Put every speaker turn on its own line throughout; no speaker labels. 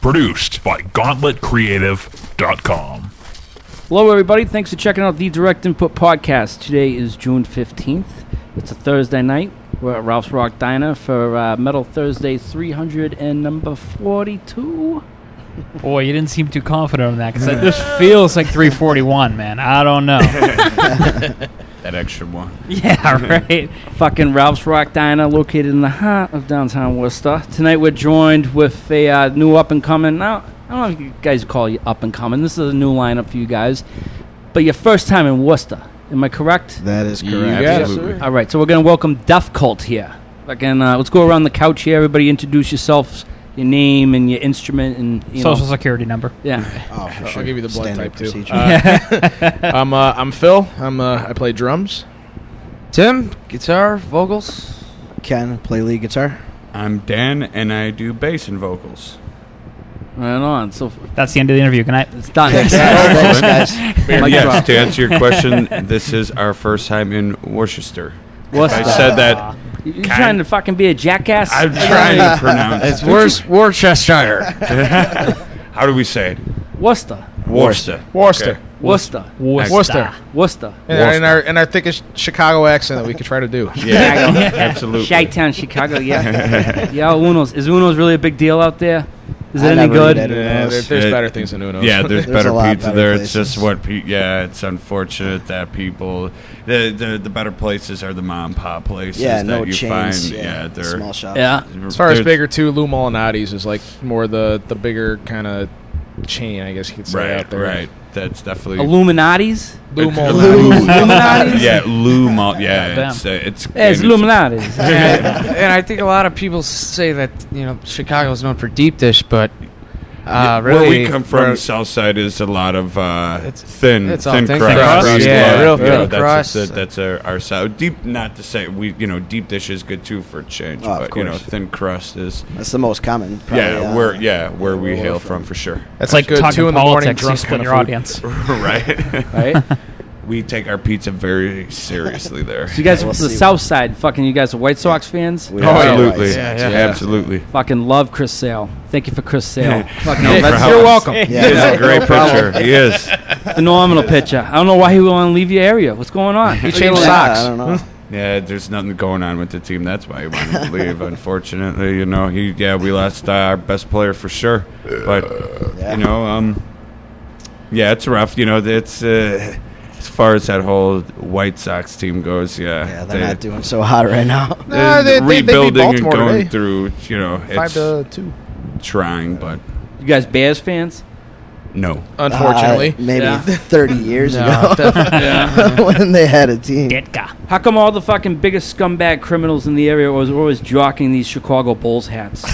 Produced by GauntletCreative.com.
Hello, everybody. Thanks for checking out the Direct Input Podcast. Today is June 15th. It's a Thursday night. We're at Ralph's Rock Diner for uh, Metal Thursday 300 and number 42.
Boy, you didn't seem too confident on that because that just feels like 341, man. I don't know.
That extra one.
yeah, right.
Fucking Ralph's Rock Diner, located in the heart of downtown Worcester. Tonight we're joined with a uh, new up and coming. Now, I don't know if you guys call you up and coming. This is a new lineup for you guys. But your first time in Worcester. Am I correct?
That is correct.
got it.
Absolutely.
All right, so we're going to welcome Duff Cult here. Fucking, uh, let's go around the couch here. Everybody introduce yourselves, your name and your instrument and, you know.
Social security number.
Yeah.
Oh, for
I'll
sure.
give you the blood
Standard
type, too.
procedure.
Uh, I'm uh, I'm Phil. I'm uh, I play drums.
Tim, guitar, vocals.
Ken, play lead guitar.
I'm Dan, and I do bass and vocals.
Right on. So
That's the end of the interview. Good night.
it's done.
Thanks, guys.
Mic drop.
yes, to answer your question, this is our first time in Worcester.
Worcester.
I said that.
You- you trying to fucking be a jackass?
I'm trying to pronounce
It's
it.
Wor- Worcestershire.
How do we say it?
Worcester.
Worcester.
Worcester.
Okay.
Worcester.
Worcester.
Worcester.
And, our- and our and our thickest Chicago accent that we could try to do.
Yeah, absolutely.
Chi Town, Chicago, yeah. yeah, Uno's. Is Uno's really a big deal out there? Is
I
it any
never ate
good?
at
Yeah, there-
Uno's.
there's
Uh,
better things than Uno.
Yeah, there's,
There's a
better
lot
pizza
better
there. It's just
places.
what, pe- yeah, it's unfortunate that people, the, the the better places are the mom and pop places
Yeah,
that
no
you
chains.
find.
yeah,
they're
small shops.
Yeah.
As far as
they're-
bigger too, Lou Molinati's is like more the the bigger kind of chain, I guess you could say out
right,
there.
right. That's definitely
Illuminati's?
Lou
Lou-
Molinati's.
Illuminati's?
yeah, Lou Mal. Yeah,
Goddamn.
it's uh, it's,
Yeah, it's
and
Illuminati's.
and, and I think a lot of people say that you know Chicago's known for deep dish, but uh, really,
Where we come from,
we're-
South Side is a lot of uh,
It's-
thin,
it's all
thin,
thin
crust.
crust,
crust,
yeah, real
you know,
thin
that's,
crust.
That's, that's our, our side. Deep, not to say we, you know, deep dish is good too for a change,
Oh, of
but you know,
course.
thin crust is.
That's the most common. Probably,
yeah,
uh,
where yeah where we
we're
hail
from.
from for sure.
That's like good
Talking
two in the morning.
politics, you
Drunk
split
kind of
your
food.
audience.
right.
right? So
We take our pizza very seriously there.
you guys
Yeah,
are
we'll
from the
see.
South Side, fucking you guys are White Sox fans?
We are
absolutely,
always.
Yeah, yeah.
absolutely.
Fucking love Chris Sale. Thank you for Chris Sale. Fucking
No
that's
problem.
You're welcome.
Yeah,
He's
no-
a great
no problem.
pitcher. He is.
phenomenal pitcher. I don't know why he would want to leave your area. What's going on?
He changed
Yeah,
socks.
I don't know.
Yeah, there's nothing going on with the team. That's why he wanted to leave. Unfortunately, you know, he yeah, we lost uh, our best player for sure. But
Yeah.
you know, um, yeah, it's rough. You know, it's uh, as far as that whole White Sox team goes. Yeah,
Yeah, they're not doing so hot right now.
Nah, they- they- they beat
rebuilding and
Baltimore
going
today.
through. You know,
Five
it's
to two.
trying, but
You guys Bears fans?
no.
Unfortunately,
Uh, maybe
Yeah.
30 years
No,
Uh,
ago when they had a team.
Ditka.
How come all the fucking biggest scumbag criminals in the area was always jocking these Chicago Bulls hats?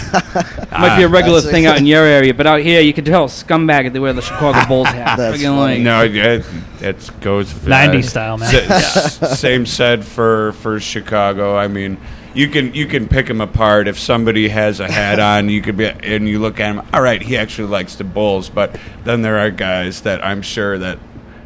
Might be a regular
That's-
thing out in your area, but out here you can tell a scumbag if they wear the Chicago Bulls hat.
That's
Fucking like-
No, it, it goes for
90s style, man.
s- s- same said for for Chicago. I mean, you can you can pick them apart. If somebody has a hat on, you could be and you look at him. All right, he actually likes the Bulls, but then there are guys that I'm sure that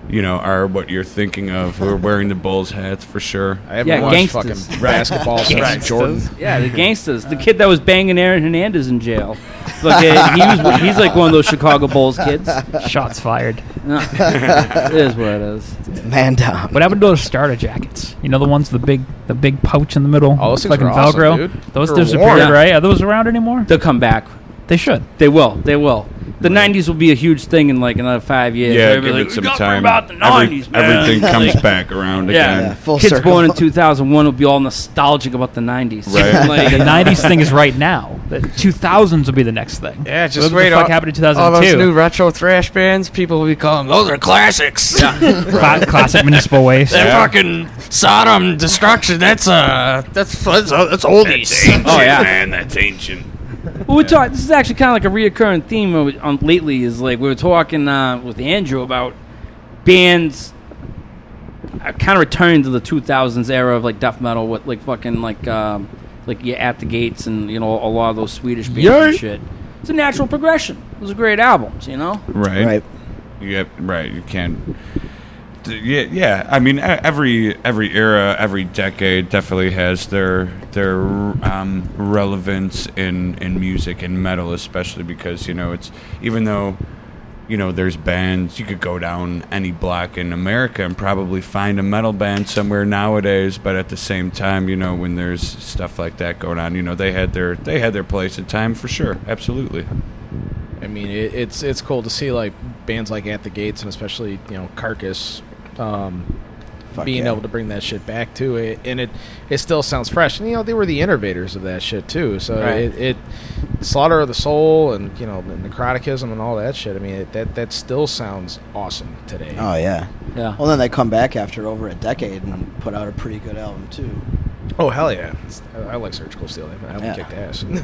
you know are what you're thinking of. who are wearing the Bulls hats for sure.
I haven't
Yeah,
watched
gangsters.
fucking basketball since Jordan.
Yeah, the gangsters. The kid that was banging Aaron Hernandez in jail. Fucking, he was, he's like one of those Chicago Bulls kids.
Shots fired.
No. it is what it is.
Man down.
What happened to those starter jackets? You know the ones, the big, the big pouch in the middle.
Oh, those things
fucking
were awesome,
Velcro.
dude.
Those
They were
disappeared,
worn.
right? Are those around anymore?
They'll come back.
They should.
They will. They will. The '90s will be a huge thing in like another five years.
Yeah,
Everybody
give
like,
it some
"We gotta
time.
bring About the
Every-
90s, man."
everything comes back around
Yeah.
Yeah,
again.
full
Kids
circle.
born in 2001 will be all nostalgic about the 90s.
Right.
Like,
The '90s thing is right now. The 2000s will be the next thing.
yeah, just
what
wait.
the fuck
all,
happened in
all
2002?
those new retro thrash bands, people will be calling those are classics.
Cla- classic municipal waste.
That
Yeah.
fucking Sodom destruction. That's uh, that's that's, that's oldies.
Oh, yeah.
man, that's ancient.
we were talking. This is actually kind of like a reoccurring theme of- on lately. Is like we were talking uh, with Andrew about bands. I kind of returning to the 2000s era of like death metal with like fucking like um, like you at the gates and you know a lot of those Swedish bands and shit. It's a natural progression. Those are great albums, you know.
Right.
Right.
Yep. Right. You can't d- yeah, yeah. I mean, e- every every era, every decade definitely has their their um, relevance in in music and metal, especially because you know it's even though you know there's bands you could go down any block in America and probably find a metal band somewhere nowadays. But at the same time, you know when there's stuff like that going on, you know they had their they had their place in time for sure, absolutely.
I mean, it, it's it's cool to see like bands like At the Gates and especially you know Carcass um,
Fuck
being
yeah.
able to bring that shit back to it, and it it still sounds fresh. And you know they were the innovators of that shit too. So
Right.
it, it Slaughter of the Soul and you know the Necroticism and all that shit. I mean it, that that still sounds awesome today.
Oh yeah.
Yeah.
Well, then they come back after over a decade and put out a pretty good album too.
Oh, hell yeah! It's- I, I like Surgical Steel. I haven't
Yeah.
kicked ass.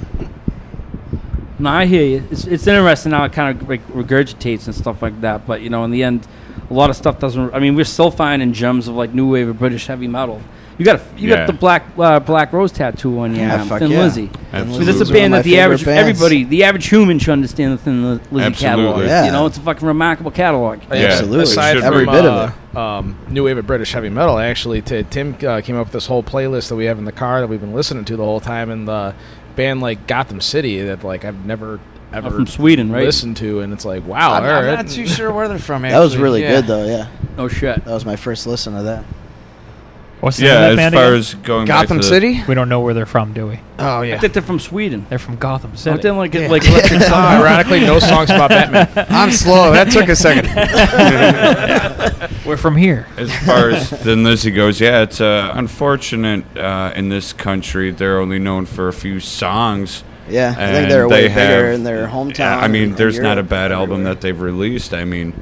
No, I hear you. It's, it's interesting how it kind of like regurgitates and stuff like that. But you know, in the end, a lot of stuff doesn't. I mean, we're still finding gems of like new wave of British heavy metal. You got a, you
Yeah.
got the black uh, black rose tattoo on your arm,
Ah, fuck
Thin
yeah.
Lizzy.
Thin
So
Absolutely.
that's a
Lizzy's one of
band
my
that the
favorite
average
bands.
everybody, the average human, should understand the Thin Li- Lizzy catalog.
Absolutely.
Yeah.
You know, it's a fucking remarkable catalog.
Yeah, absolutely.
Aside
Should
from,
be.
Every bit of
uh, um, new wave of British heavy metal, actually, t- Tim uh, came up with this whole playlist that we have in the car that we've been listening to the whole time, and the band like Gotham City that like I've never ever
from Sweden, right?
listened to, and it's like wow,
I'm,
all
I'm
right.
not too sure where they're from.
That was
actually,
really
yeah.
good though. Yeah,
Oh shit.
that was my first listen to that.
What's the name
Yeah,
of that
as
band
far
again?
as going back
Gotham
to the-
City.
we don't know where they're from, do we?
Oh yeah.
I think they're from Sweden.
They're from Gotham City.
Something like like electric
Uh,
Summer.
ironically, no songs about Batman.
I'm slow. That took a second.
We're from here.
as far as then Lizzie goes, yeah, it's uh, unfortunate uh, in this country they're only known for a few songs.
Yeah, I think
and
they're way
they
bigger
have-
in their hometown.
Yeah, I
and-
mean,
and
there's not a
Europe,
bad album
everywhere.
that they've released. I mean,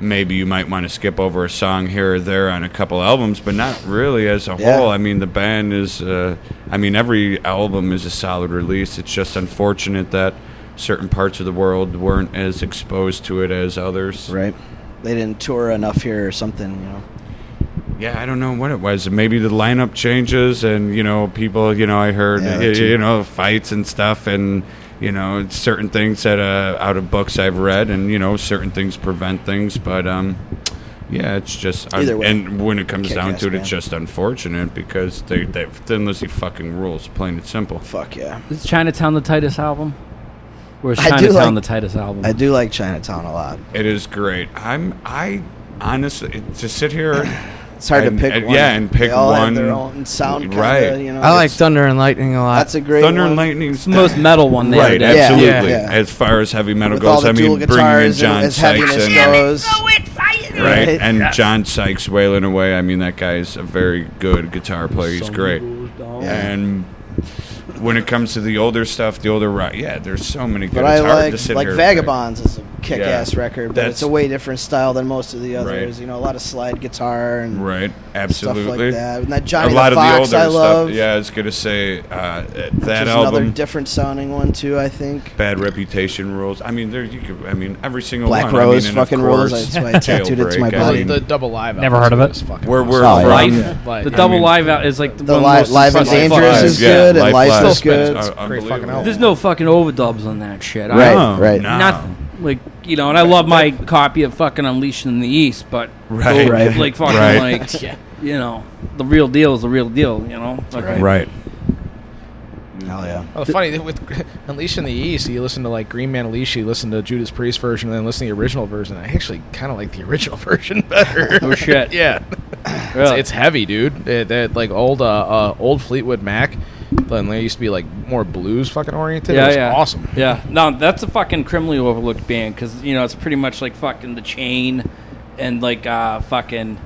maybe you might want to skip over a song here or there on a couple albums, but not really as a
Yeah.
whole. I mean, the band is. Uh, I mean, every album is a solid release. It's just unfortunate that certain parts of the world weren't as exposed to it as others.
right. They didn't tour enough here or something. You know.
Yeah, I don't know what it was. Maybe the lineup changes, and you know, people. You know, I heard
Yeah, that
y- you,
too.
know fights and stuff, and you know, certain things that uh, out of books I've read, and you know, certain things prevent things. But um, yeah, it's just
Either way,
and when it comes down
kick-ass
to it,
band.
it's just unfortunate because they they Thin Lizzy fucking rules, plain and simple.
Fuck yeah.
Is Chinatown the Titus album? Or is
I do
Chinatown the
like-
Titus album?
I do like Chinatown a lot.
It is great. I'm I honestly to sit here.
It's hard
And-
to pick
and-
one.
yeah, and
they
pick
all Have
one-
their own sound, kinda,
Right.
You know,
I like
it's-
Thunder and Lightning a lot.
That's a great
Thunder
one.
and Lightning's
the most metal one there.
Right,
dude.
Yeah.
absolutely.
Yeah.
As far as heavy metal
With all
goes,
the
I
dual
mean, bringing in
guitars
John
and as
Sykes
heaviness
and
goes.
right,
Right.
and John Sykes wailing away. I mean, that guy is a very good guitar player. He's great.
Yeah.
And when it comes to the older stuff, the older rock, yeah, there's so many. Good.
But
it's
I
hard
like
to sit
like
here and pick.
Vagabonds is a kick-ass
Yeah.
record, but
That's-
it's a way different style than most of the others.
Right.
You know, a lot of slide guitar and
Right, absolutely.
stuff like that. And that
A
Johnny
lot
the
of the
Fox
older
I
stuff.
love.
Yeah, I was gonna say uh,
which
that
is another
album.
different sounding one too. I think
Bad reputation rules. I mean, there you could. I mean, every single
Black
one.
Rose
I mean, and of
fucking rules.
course,
That's why I tattooed it to my
Jailbreak, I
body.
mean,
the, the double live.
Never
album
heard of
is
it.
fucking
where we're
awesome.
Oh, yeah.
from.
Life.
But-
The
I
double
mean-
live out is like the,
the
one
live,
most
live and
impressive
dangerous
fucking-
is
Yeah,
good, and
Life
life
Lies.
is good. It's-
Great
It's
fucking
unbelievable.
album.
There's no fucking overdubs on that shit. I-
Right,
No,
right.
no.
Nothing. Like you know, and I love my copy of fucking Unleashed in the East, but
Right.
those,
Right.
like fucking
Right.
like you know, the real deal is the real deal. You know, Fucking-
Right.
Hell yeah.
Well, Oh, funny that with Unleash in the East, you listen to like Green Man Unleash, you listen to Judas Priest version, and then listen to the original version. I actually kind of like the original version better.
Oh, shit.
yeah, it's, it's heavy, dude. It, that like old uh, uh, old Fleetwood Mac, then they used to be like more blues fucking oriented. it was awesome.
Yeah, no, that's a fucking criminally overlooked band because you know it's pretty much like fucking the chain and like uh fucking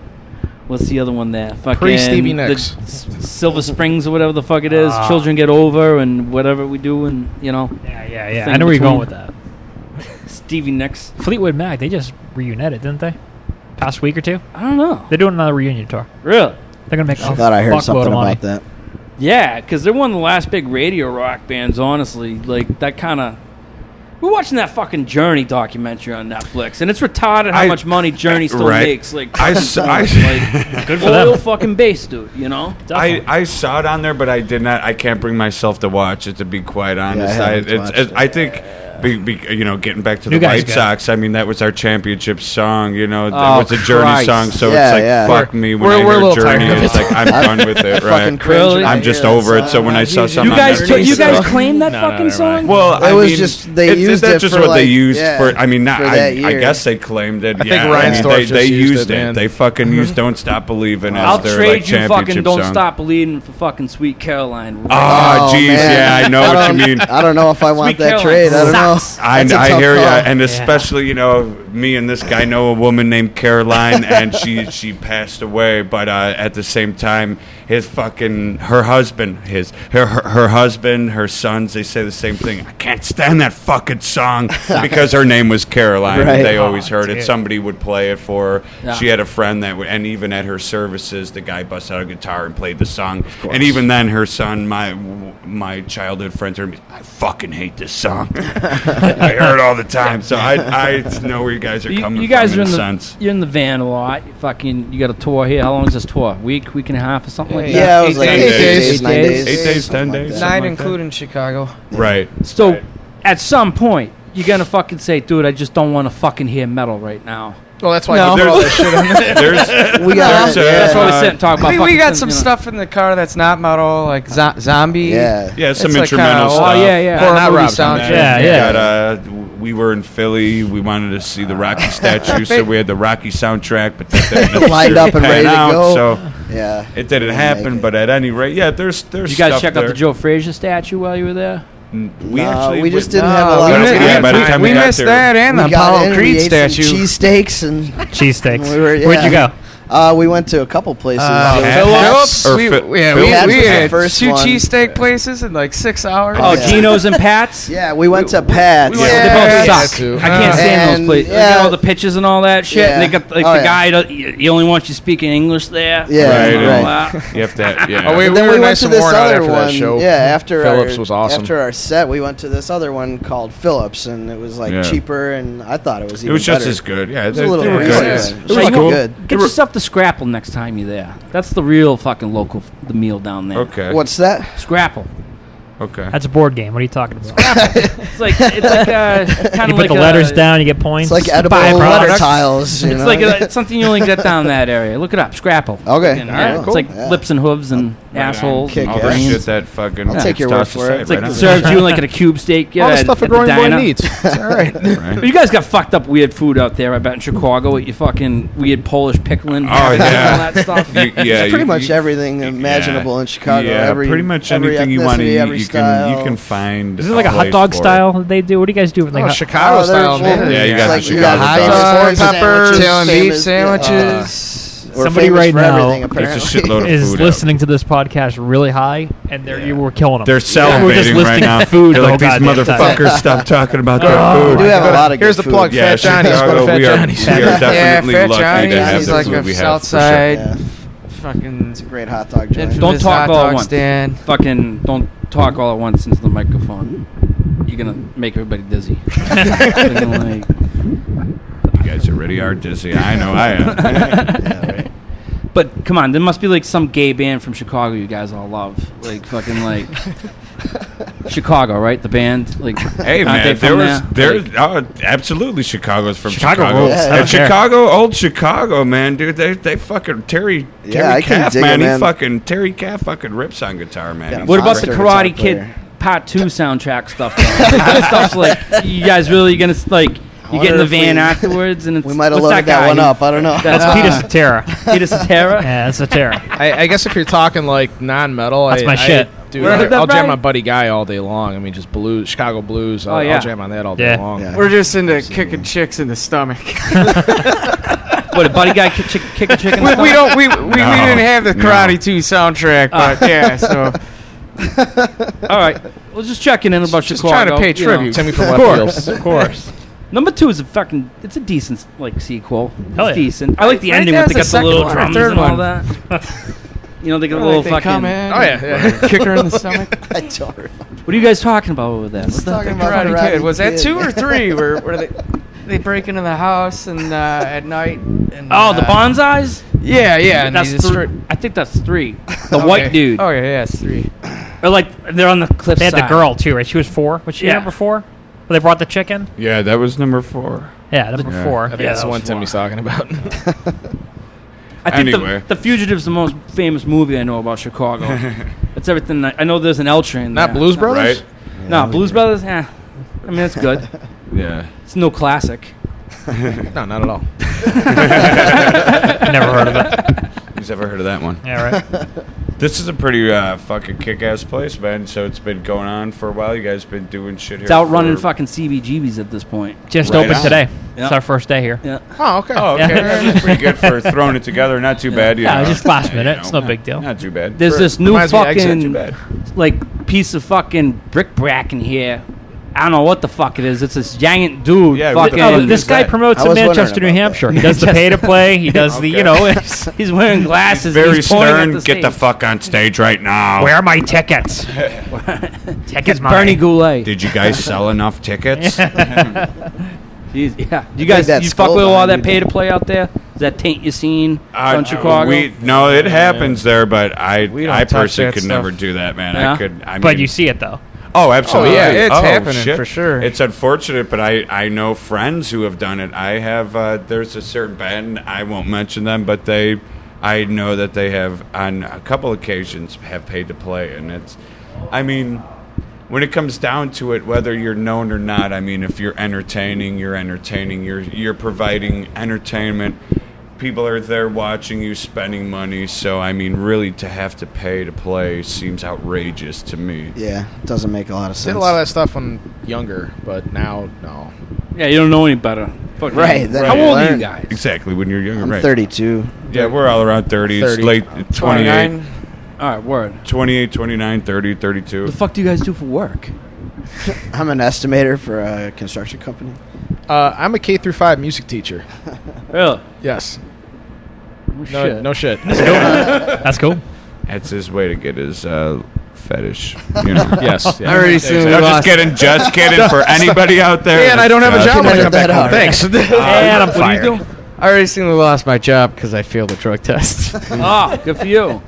what's the other one there? Fucking
Pre-Stevie
the
Nicks.
S- Silver Springs or whatever the fuck it is.
Ah.
Children get over and whatever we do and you know
Yeah, yeah, yeah.
Thing
I know where you're going with
between-
that.
Stevie Nicks.
Fleetwood Mac, they just reunited, didn't they? Past week or two,
I don't know.
they're doing another reunion tour.
Really?
They're gonna make.
I
a
thought I heard
fuckload
something
of money.
about that.
Yeah, because they're one of the last big radio rock bands. Honestly, like that kind of. We're watching that fucking Journey documentary on Netflix, and it's retarded how
I-
much money Journey still
right.
makes. Like,
I
fucking
s- I-
songs, like
Good for
oil
them.
fucking bass, dude. You know,
I, I saw it on there, but I did not. I can't bring myself to watch it. To be quite honest, I,
haven't
it's,
watched
it's-
it.
I think Be, be, you know, getting back to
You
the
guys
White
got-
Sox, I mean, that was our championship song. You know,
Oh,
that was a Journey
Christ.
song, so
Yeah,
it's like,
yeah.
fuck me when
We're-
I
we're a
hear
little tired
Journey.
of
It's
it.
like I'm done with it,
Fucking
right?
cringe
Really?
when I
I'm
hear
just
that
over it.
song.
So when I saw
You
something,
You
on
guys,
that
took- you
release,
guys
though.
claim that
No, no,
fucking
never
song.
mind.
well, I
It was
mean,
just- they
it's-
used
that's
it
just
for,
what they
like,
used
yeah,
for. I mean, not.
for
I,
that
I
year.
guess they claimed it.
think
yeah,
Ryan
I mean,
Storch
they,
just
they
used
used
it,
it.
man.
They fucking used "Don't Stop Believing"
I'll
as their
trade
like
you
championship
fucking Don't
song.
Stop Believing for fucking Sweet Caroline.
Oh, jeez, yeah,
man. Um,
I know what you
don't-
mean.
I don't know if I want
Sweet
that
Caroline
trade. I don't know.
sucks.
I,
That's a
I
tough
hear you,
call.
and especially you know, me and this guy know a woman named Caroline, and she she passed away. But uh, at the same time, his fucking her husband, his her, her her husband, her sons, they say the same thing. I can't stand that fucking song because her name was Caroline.
Right.
They always heard it.
dude.
Somebody would play it for her.
Yeah.
She had a friend that, would, and even at her services, the guy busted out a guitar and played the song. And even then, her son, my my childhood friend, turned to me, I fucking hate this song. I hear it all the time. So I, I know where you guys are
You,
coming
you guys
from
are
in
in the
a sense.
you're in the van a lot. You fucking, you got a tour here. How long is this tour? Week, week and a half, or something like
Yeah, it was
Eight
like eight
days.
days,
Eight
nine
days.
days,
Eight days, ten
something like
days.
that.
Nine,
like
including Chicago.
Right.
that. So, at some point, you're gonna fucking say, "Dude, I just don't want to fucking hear metal right now."
Well, that's why
No.
I put all
There's-
this shit on there.
There's,
We got
There's, uh,
yeah.
That's why we
Uh,
sit and talk about.
I mean, we
fucking
got
things,
some
you know.
stuff in the car that's not metal, like zo- zombie.
yeah.
yeah, some
It's like,
instrumental
uh,
stuff.
Oh yeah, yeah.
Horror
Not
movie
Rob's on
soundtrack.
that. Yeah, yeah.
But, uh, w- we were in Philly. We wanted to see the Rocky statue, so we had the Rocky soundtrack. But that didn't
Lined up and
pan
ready to
out,
go.
So
Yeah.
it didn't
Didn't
happen.
make it.
But at any rate, yeah, there's there's.
You guys
stuff
checked out
there.
the Joe Frazier statue while you were there.
We
No,
actually
we just
went-
didn't have a
No,
lot
we
of
missed-
time.
Yeah, by the
we-
time
we
we got
missed
there-
that and the
We got in,
Apollo
we
Creed
ate some
statue.
Cheesesteaks and
Cheesesteaks.
We were-
Where'd you
yeah.
go?
uh, we went to a couple places.
Uh,
It was
Phillips?
Phillips.
Or
We,
Phil-
yeah,
Phillips
was
we, we
the
had
first
two
one.
cheesesteak places in like six hours.
Oh,
yeah.
Geno's and Pat's.
Yeah, we went to Pat's.
We went- they
Yeah.
both
Yeah,
suck.
too.
I can't stand those
And,
places. They
yeah.
got all the pitches and all that shit. And they
Yeah.
got like
Oh,
the
yeah.
guy. don't- He he only wants you speaking English there.
Yeah,
Right,
And all
right.
that.
You have to. have- Yeah.
Oh, wait,
And
we
then
were
we went
nice
to
and
this
worn out
other
after
one.
that show.
Yeah, after
Phillips
our,
was awesome.
After our set, we went to this other one called Phillips, and it was like
Yeah.
cheaper, and I thought it was even
It was just
better.
as good. Yeah,
was a little
were
crazy.
good.
Yeah.
It
It
was
was
cool.
good.
Get yourself the scrapple next time you're there. That's the real fucking local f- the meal down there.
Okay.
What's that?
Scrapple.
Okay.
That's a board game. What are you talking about?
It's like it's like uh, kind
you
of
put
like
the
a-
letters down, you get points.
It's like edible
byproduct.
letter tiles. You
It's
know?
like a, it's something you only get down that area. Look it up. Scrapple.
Okay.
And,
All
yeah,
right,
It's
cool.
like
Yeah.
lips and hooves and assholes
Kick
and
All that
ass.
shit
brains.
that fucking.
I'll take your
tossed
word for it.
aside,
It's like
right?
it serves you like in a cube steak. Yeah,
all the
at-
stuff a
at the
growing boy
diner.
needs. It's all right.
Right?
But you guys got fucked up weird food out there. I bet in Chicago with your fucking weird Polish pickling, habits and all
Oh, yeah.
that stuff.
You- yeah,
It's pretty
you-
much
you-
everything imaginable
yeah.
in Chicago.
Yeah,
every,
pretty much
every
anything you want to
ethnicity,
eat,
every
you can
style. Oh,
you can find.
Is it like a hot
place
dog
for it.
style that they do? What do you guys do with like
uh,
Oh,
hot-
Chicago
Oh,
style,
there's-
man.
Yeah, you
it's
got
like
some
you got
Chicago
hot dogs,
hot dogs,
sandwiches,
Italian beef
famous- yeah, uh,
sandwiches.
we're
Somebody
famous
right
for
now-
everything,
There's a
apparently.
shitload of
is
food. out
listening to this podcast really high, and they're, you were killing them.
They're
We're just
salivating right
listing
now.
food Oh,
They're
the
like these
whole goddamn time."
motherfuckers. Stop talking about their
We
Oh,
food.
do have a lot of good
Here's the
food.
plug.
Yeah,
Fat Johnny's. Go
Chicago,
to Fat
we are,
Johnny's.
we are
Yeah,
definitely
yeah, Fat
lucky to have
Johnny's
the
like
food
a
we have.
south
for sure.
side
Yeah,
fucking
it's a great hot dog joint.
infamous
talk
hot
all at
dog
once.
stand.
fucking don't talk all at once into the microphone. You're gonna make everybody dizzy. Fucking like-
You guys already are dizzy. I know I am.
But come on, there must be like some gay band from Chicago you guys all love, like fucking like Chicago, right? The band, like aren't
Hey man,
they
there
from
was
there?
there.
Like,
oh, absolutely, Chicago's from
Chicago
Chicago.
rules.
I
And
don't care.
Chicago, old Chicago, man, dude. They they fucking Terry
Yeah,
Terry
I can
Caff,
dig
man.
it,
He
man.
fucking Terry Caff fucking rips on guitar, man.
Yeah,
He's
what about the
great.
Monster guitar
Karate Kid
player.
Part Two soundtrack stuff? Though? that stuff's like you guys really gonna s- like you get in
wonder
the
if we-
van afterwards and it's,
We might have
what's
loaded that
guy
one
who-
up. I don't know.
That's
Peter
Peter
Cetera.
Peter Cetera.
yeah, that's a Terra.
I, I guess if you're talking like non-metal,
That's
I,
my
I-
shit.
Dude,
Where
I,
did that
will jam
ride?
my buddy Guy all day long. I mean, just blues, Chicago blues. I'll,
Oh, yeah.
I'll jam on that all day
Yeah.
long.
Yeah.
We're just into kicking chicks in the stomach.
What a buddy guy kick, chick, kick a chicken.
we, we don't. We, we, we
No,
didn't have the
no.
Karate Two soundtrack, but yeah. So
All right, we're just checking in about
Just
Chicago.
trying to pay
you know.
tribute.
Timmy from left field.
of course.
Number two is a fucking. It's a decent like sequel.
Hell
it's
yeah.
decent. I like the
I think
ending with
that's
they got the
the second
little
one or
drums
third
and all
one.
that. you know, they got a little
they
fucking.
come in.
Oh yeah, yeah.
kick her in the stomach.
I don't remember.
What are you guys talking about over there? What's that?
talking about
Karate,
Karate
Kid. Was that
Kid.
two or three? Where where they they break into the house and uh, at night? And,
Oh, the
uh,
bonsais.
Yeah, yeah. And
that's
they destroy-
three. I think that's three. The
Okay.
white dude.
Oh yeah, yeah, it's three.
Or like they're on the cliff.
They had the girl too, right? She was four. Was she
Yeah.
number four?
Where they brought the chicken.
Yeah, that was number four.
Yeah, number
Yeah.
four.
I think
Yeah,
that's
that
the one
was
Timmy's talking about.
I think
Anyway.
the, the Fugitive's the most famous movie I know about Chicago. it's everything. that- I know there's an L train.
Not
there.
Blues Brothers?
Right?
No, Blues Brothers. Eh. I mean, it's good.
Yeah.
It's no classic.
No, not at all.
I never heard of it.
Who's ever heard of that one?
Yeah, right.
This is a pretty uh, fucking kick-ass place, man. So it's been going on for a while. You guys been doing shit here.
It's outrunning
for-
fucking CBGBs at this point.
Just
Right
opened
on.
today.
Yeah.
It's our first day here.
Yeah.
Oh, okay.
Oh, okay. That's pretty good for throwing it together. Not too bad. You
Yeah,
know.
just last
You
minute.
know,
It's no big deal.
Not too bad.
There's
For-
this new
reminds me of Exit.
fucking
Too bad.
like piece of fucking brickbrack in here. I don't know what the fuck it is. It's this giant dude.
Yeah, what the
fucking.
Oh,
fuck
this
is
guy
that?
promotes
I
in
was wondering
Manchester, New
about that.
Hampshire. He does the pay to play. He does the, you know, it's-
He's wearing glasses. and
Very
he's pointing at
stern.
the
Get the
stage.
fuck on stage right now.
where are my tickets? tickets, mine.
Bernie Goulet.
Did you guys sell enough tickets?
Jeez, yeah. You guys,
that
you
skull
fuck with all
behind
that
you
pay
did.
to play out there? Does that taint your scene
Uh,
on Chicago?
We, no, it happens there, but I,
We don't
I
touch
personally
that
could
stuff.
never do that, man.
Yeah.
I could. I
But
mean-
you see it though.
Oh, absolutely.
Oh, yeah, it's happening for sure.
It's unfortunate, but I, I know friends who have done it. I have, uh, there's a certain band, I won't mention them, but they, I know that they have, on a couple occasions, have paid to play. And it's, I mean, when it comes down to it, whether you're known or not, I mean, if you're entertaining, you're entertaining, you're, you're providing entertainment. People are there watching you spending money, so I mean, really to have to pay to play seems outrageous to me.
Yeah, doesn't make a lot of sense.
Did a lot of that stuff when younger, but now no.
yeah, you don't know any better. Fuck
Right,
that.
that-
How old are you
learn.
guys?
Exactly, when you're younger,
I'm
right?
32.
Yeah, we're all around 30s,
30.
late 28,
29.
All right, word.
28, 29, 30, 32.
The fuck do you guys do for work?
I'm an estimator for a construction company.
Uh, I'm a K through five music teacher.
Really?
Yes.
Oh,
No,
No
shit.
no shit.
That's cool.
That's his way to get his uh, fetish. You know.
yes.
I already
No,
soon
just
lost.
kidding. Just kidding for anybody out there. uh,
And I don't have a
Just-
job when I
edit
come back
that
home.
out.
Thanks.
and I'm
what are you
fired.
doing?
I already soon lost my job because I failed the drug test.
Ah, good for you.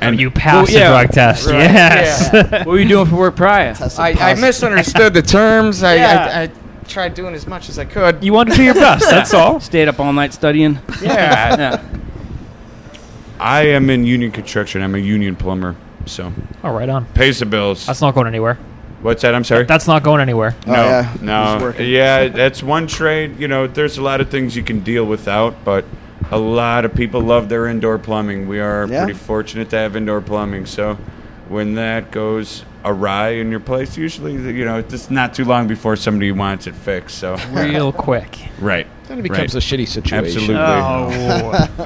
And
You passed
yeah.
the drug test. Yes.
What were you doing for work prior?
I, I misunderstood the terms. I,
Yeah.
I, I tried doing as much as I could.
you want to do your best. That's all.
Stayed up all night studying.
yeah,
Yeah.
I am in union construction. I'm a union plumber, so
All right on.
pays the bills.
That's not going anywhere.
What's that? I'm sorry.
That's not going anywhere.
Oh, yeah. He's
no, no,
working.
yeah. That's one trade. You know, there's a lot of things you can deal without, but a lot of people love their indoor plumbing. We are
Yeah.
pretty fortunate to have indoor plumbing. So when that goes awry in your place, usually you know it's not too long before somebody wants it fixed. So
Real quick.
right,
Then it becomes a
right.
shitty situation.
Absolutely.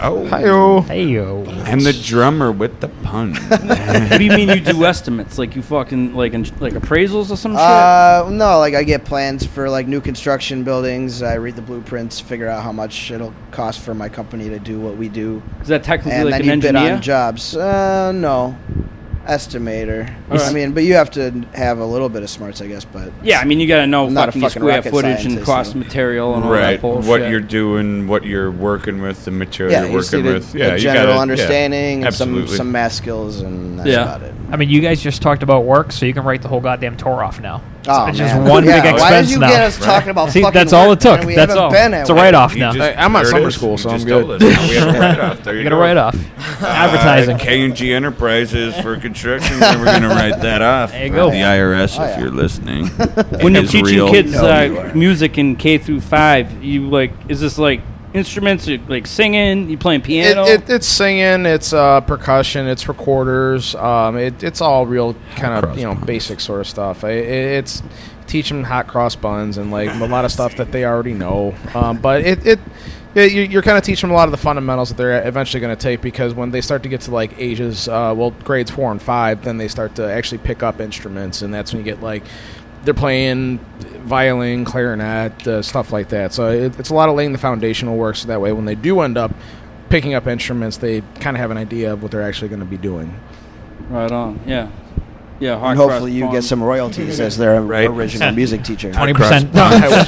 Oh.
Oh,
hey yo.
I'm the drummer with the pun.
what do you mean you do estimates? Like you fucking like in, like appraisals or some shit?
Uh, no, like I get plans for like new construction buildings. I read the blueprints, figure out how much it'll cost for my company to do what we do,
Is that technically
and
like
then
an
you bid
engineer?
on jobs. Uh, no, estimator.
Yes.
I mean, but you have to have a little bit of smarts, I guess. But
Yeah, I mean you got to know
I'm not a
fucking, your
fucking
square
rocket
footage and
scientist,
cost of
no.
material and all
right,
that bullshit.
what you're doing, what you're working with, the material
yeah,
you're
you just
working
need a,
with. yeah,
a
you
general
gotta- yeah,
understanding and some
absolutely.
some math skills, and that's
Yeah.
about it.
I mean, you guys just talked about work, so you can write the whole goddamn tour off now.
Oh,
it's just
man.
one
yeah,
big expense
Why did you
now.
get us talking about
See,
fucking
that's all
work
it took.
when we
That's
haven't
all.
Been at
It's a
work?
write-off
You
now.
just-
Hey, I'm on
there it
summer
is.
school,
You
so
just
I'm good.
told us. Now we have a write-off. There
You're
you
gonna
go.
write off advertising.
Uh, K&G Enterprises for construction. and we're going to write that off.
There you go.
The IRS,
Oh,
if
yeah.
you're listening.
when you're
is
teaching
real.
kids
No, you
uh,
are.
music in K through five, you like is this like instruments? You like singing? You playing
It,
piano?
it, it's singing, it's uh, percussion, it's recorders. Um, it, it's all real kind of you know basic sort of stuff. I- I it's teach them hot cross buns and like a lot of stuff that they already know. Um, but it it. Yeah, you- you're kind of teaching them a lot of the fundamentals that they're eventually going to take because when they start to get to like ages, uh, well, grades four and five, then they start to actually pick up instruments, and that's when you get like they're playing violin, clarinet, uh, stuff like that. So it, it's a lot of laying the foundational work, so that way when they do end up picking up instruments, they kind of have an idea of what they're actually going to be doing.
right on. Yeah, yeah. Hard
And hopefully you
cross
get some royalties as their
Right.
original music teacher.
Twenty percent.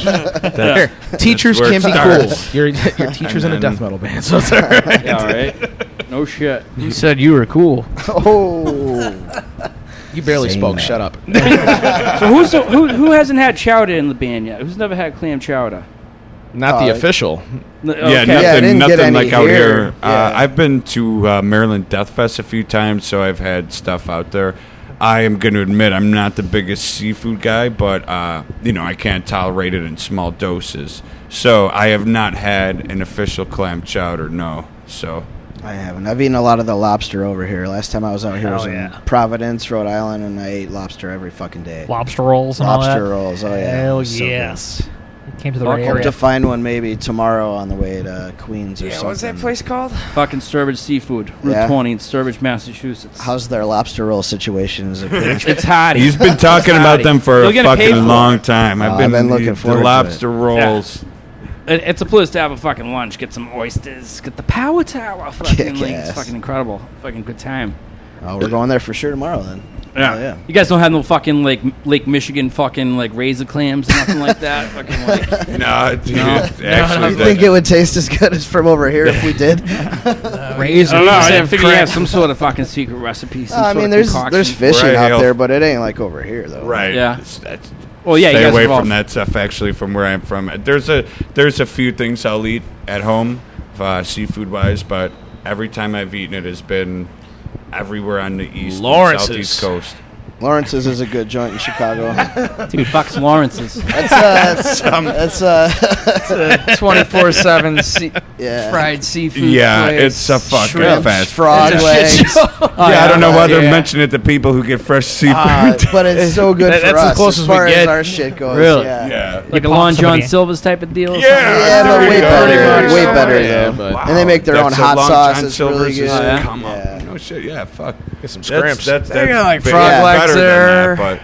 That's-
Teachers
where
can
it
be
starts.
cool. Your your teachers in a
then-
death metal band, so it's all right.
bond. Yeah, all right. No shit.
You said you were cool.
Oh,
You barely
Same
spoke.
man.
Shut up.
So who's the, who who hasn't had chowder in the band yet? Who's never had clam chowder?
Not the
Uh,
official.
N-
Yeah,
okay.
nothing,
I didn't
nothing
get any
like out
here.
here. Uh,
Yeah.
I've been to uh, Maryland Death Fest a few times, so I've had stuff out there. I am going to admit I'm not the biggest seafood guy, but uh, you know I can't tolerate it in small doses. So I have not had an official clam chowder. No, so
I haven't. I've eaten a lot of the lobster over here. Last time I was out here was
Hell
in
yeah.
Providence, Rhode Island, and I ate lobster every fucking day.
Lobster rolls and all that.
lobster rolls. Oh yeah.
Hell
So good.
yes. It came to the
Fuck
right
all
Hope
area.
to find one maybe tomorrow on the way to Queens or
Yeah,
something.
what was that place called?
Fucking Sturbridge Seafood, Route
Yeah.
20 in Sturbridge, Massachusetts.
How's their lobster roll situation? Is it pretty
it's hot.
he's been talking about them for
You'll
a
get paid for
fucking
it.
long time. I've
Uh,
been,
I've been looking
the-
forward to
the
it.
lobster rolls.
It- It's a place to have a fucking lunch, get some oysters, get the power tower. Fucking, like, it's
Kick-ass.
fucking incredible. Fucking good time.
Oh, we're going there for sure tomorrow then.
Yeah.
Oh, yeah.
You guys don't have no fucking like M- Lake Michigan fucking like razor clams, nothing like that. Fucking like
No, dude, actually,
You
that-
think it would taste as good as from over here if we did?
I don't know. I figure you have some sort of fucking secret recipe. Some
I
sort
mean,
of
there's
concoction.
there's fishing
Right,
out
hell.
there, but it ain't like over here though.
right?
Yeah.
It's- that's-
Well, yeah, you
stay
guys
away
are all-
from that stuff. Actually, from where I'm from, there's a there's a few things I'll eat at home, uh, seafood wise, but every time I've eaten it has been everywhere on the east, and
Lawrence's.
southeast coast.
Lawrence's is a good joint in Chicago.
Dude, Fox Lawrence's.
That's uh, that's, that's uh,
24 7 se-
yeah.
fried seafood.
Yeah,
place.
it's a fucking
shrimp.
fast.
Frog
It's a
legs.
shit show.
yeah, I don't know why they're
Yeah.
mentioning it to people who get fresh seafood.
Uh, but it's so good
That-
for
that's
us
as close
as
as we
far as
get.
our shit goes.
Really?
Yeah.
yeah,
like a
pop
Lon John
somebody.
Silver's type of deal. or something?
yeah,
Yeah, but
there
way
you go.
better,
Pretty
way
much.
better
Yeah,
though.
but-
and they make their
That's
own
a
hot
Long
sauce.
John
It's really
Silver's
good.
has
yeah.
Come up,
Yeah.
no shit. Yeah, fuck.
Get some
That's
scrimps.
that's,
They're
that's
gonna like
big-
frog
yeah,
legs
better than
there.
that,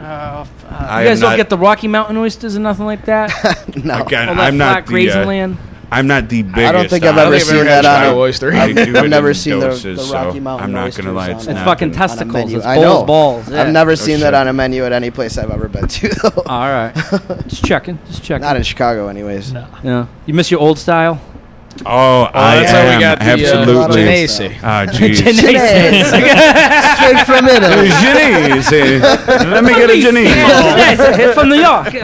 Uh,
but
You guys don't get the Rocky Mountain oysters and nothing like that.
No.
Again,
All that
I'm not
flat
the.
grazing
Uh,
land.
I'm not the biggest.
I don't think I've
I
ever
think
seen that
had
on
China
a-
oyster.
They
I've-
do
I've
it
never
in
seen the-
doses,
the
so
Rocky Mountain
I'm not
oysters
gonna lie.
on
It's
a-
It's
not
fucking
been-
On a
testicles.
menu.
It's
I
balls,
know.
balls. yeah.
I've never
Oh,
seen
shit.
that on a menu at any place I've ever been to. though.
All right, just checking. Just checking.
Not in Chicago, anyways.
No.
yeah, you miss your old style.
Oh, I
that's how
am
we got the, uh,
absolutely.
Genesee.
Ah, jeez.
Genes. Straight from Italy.
Genesee. Let me get a Genesee.
It's from New York.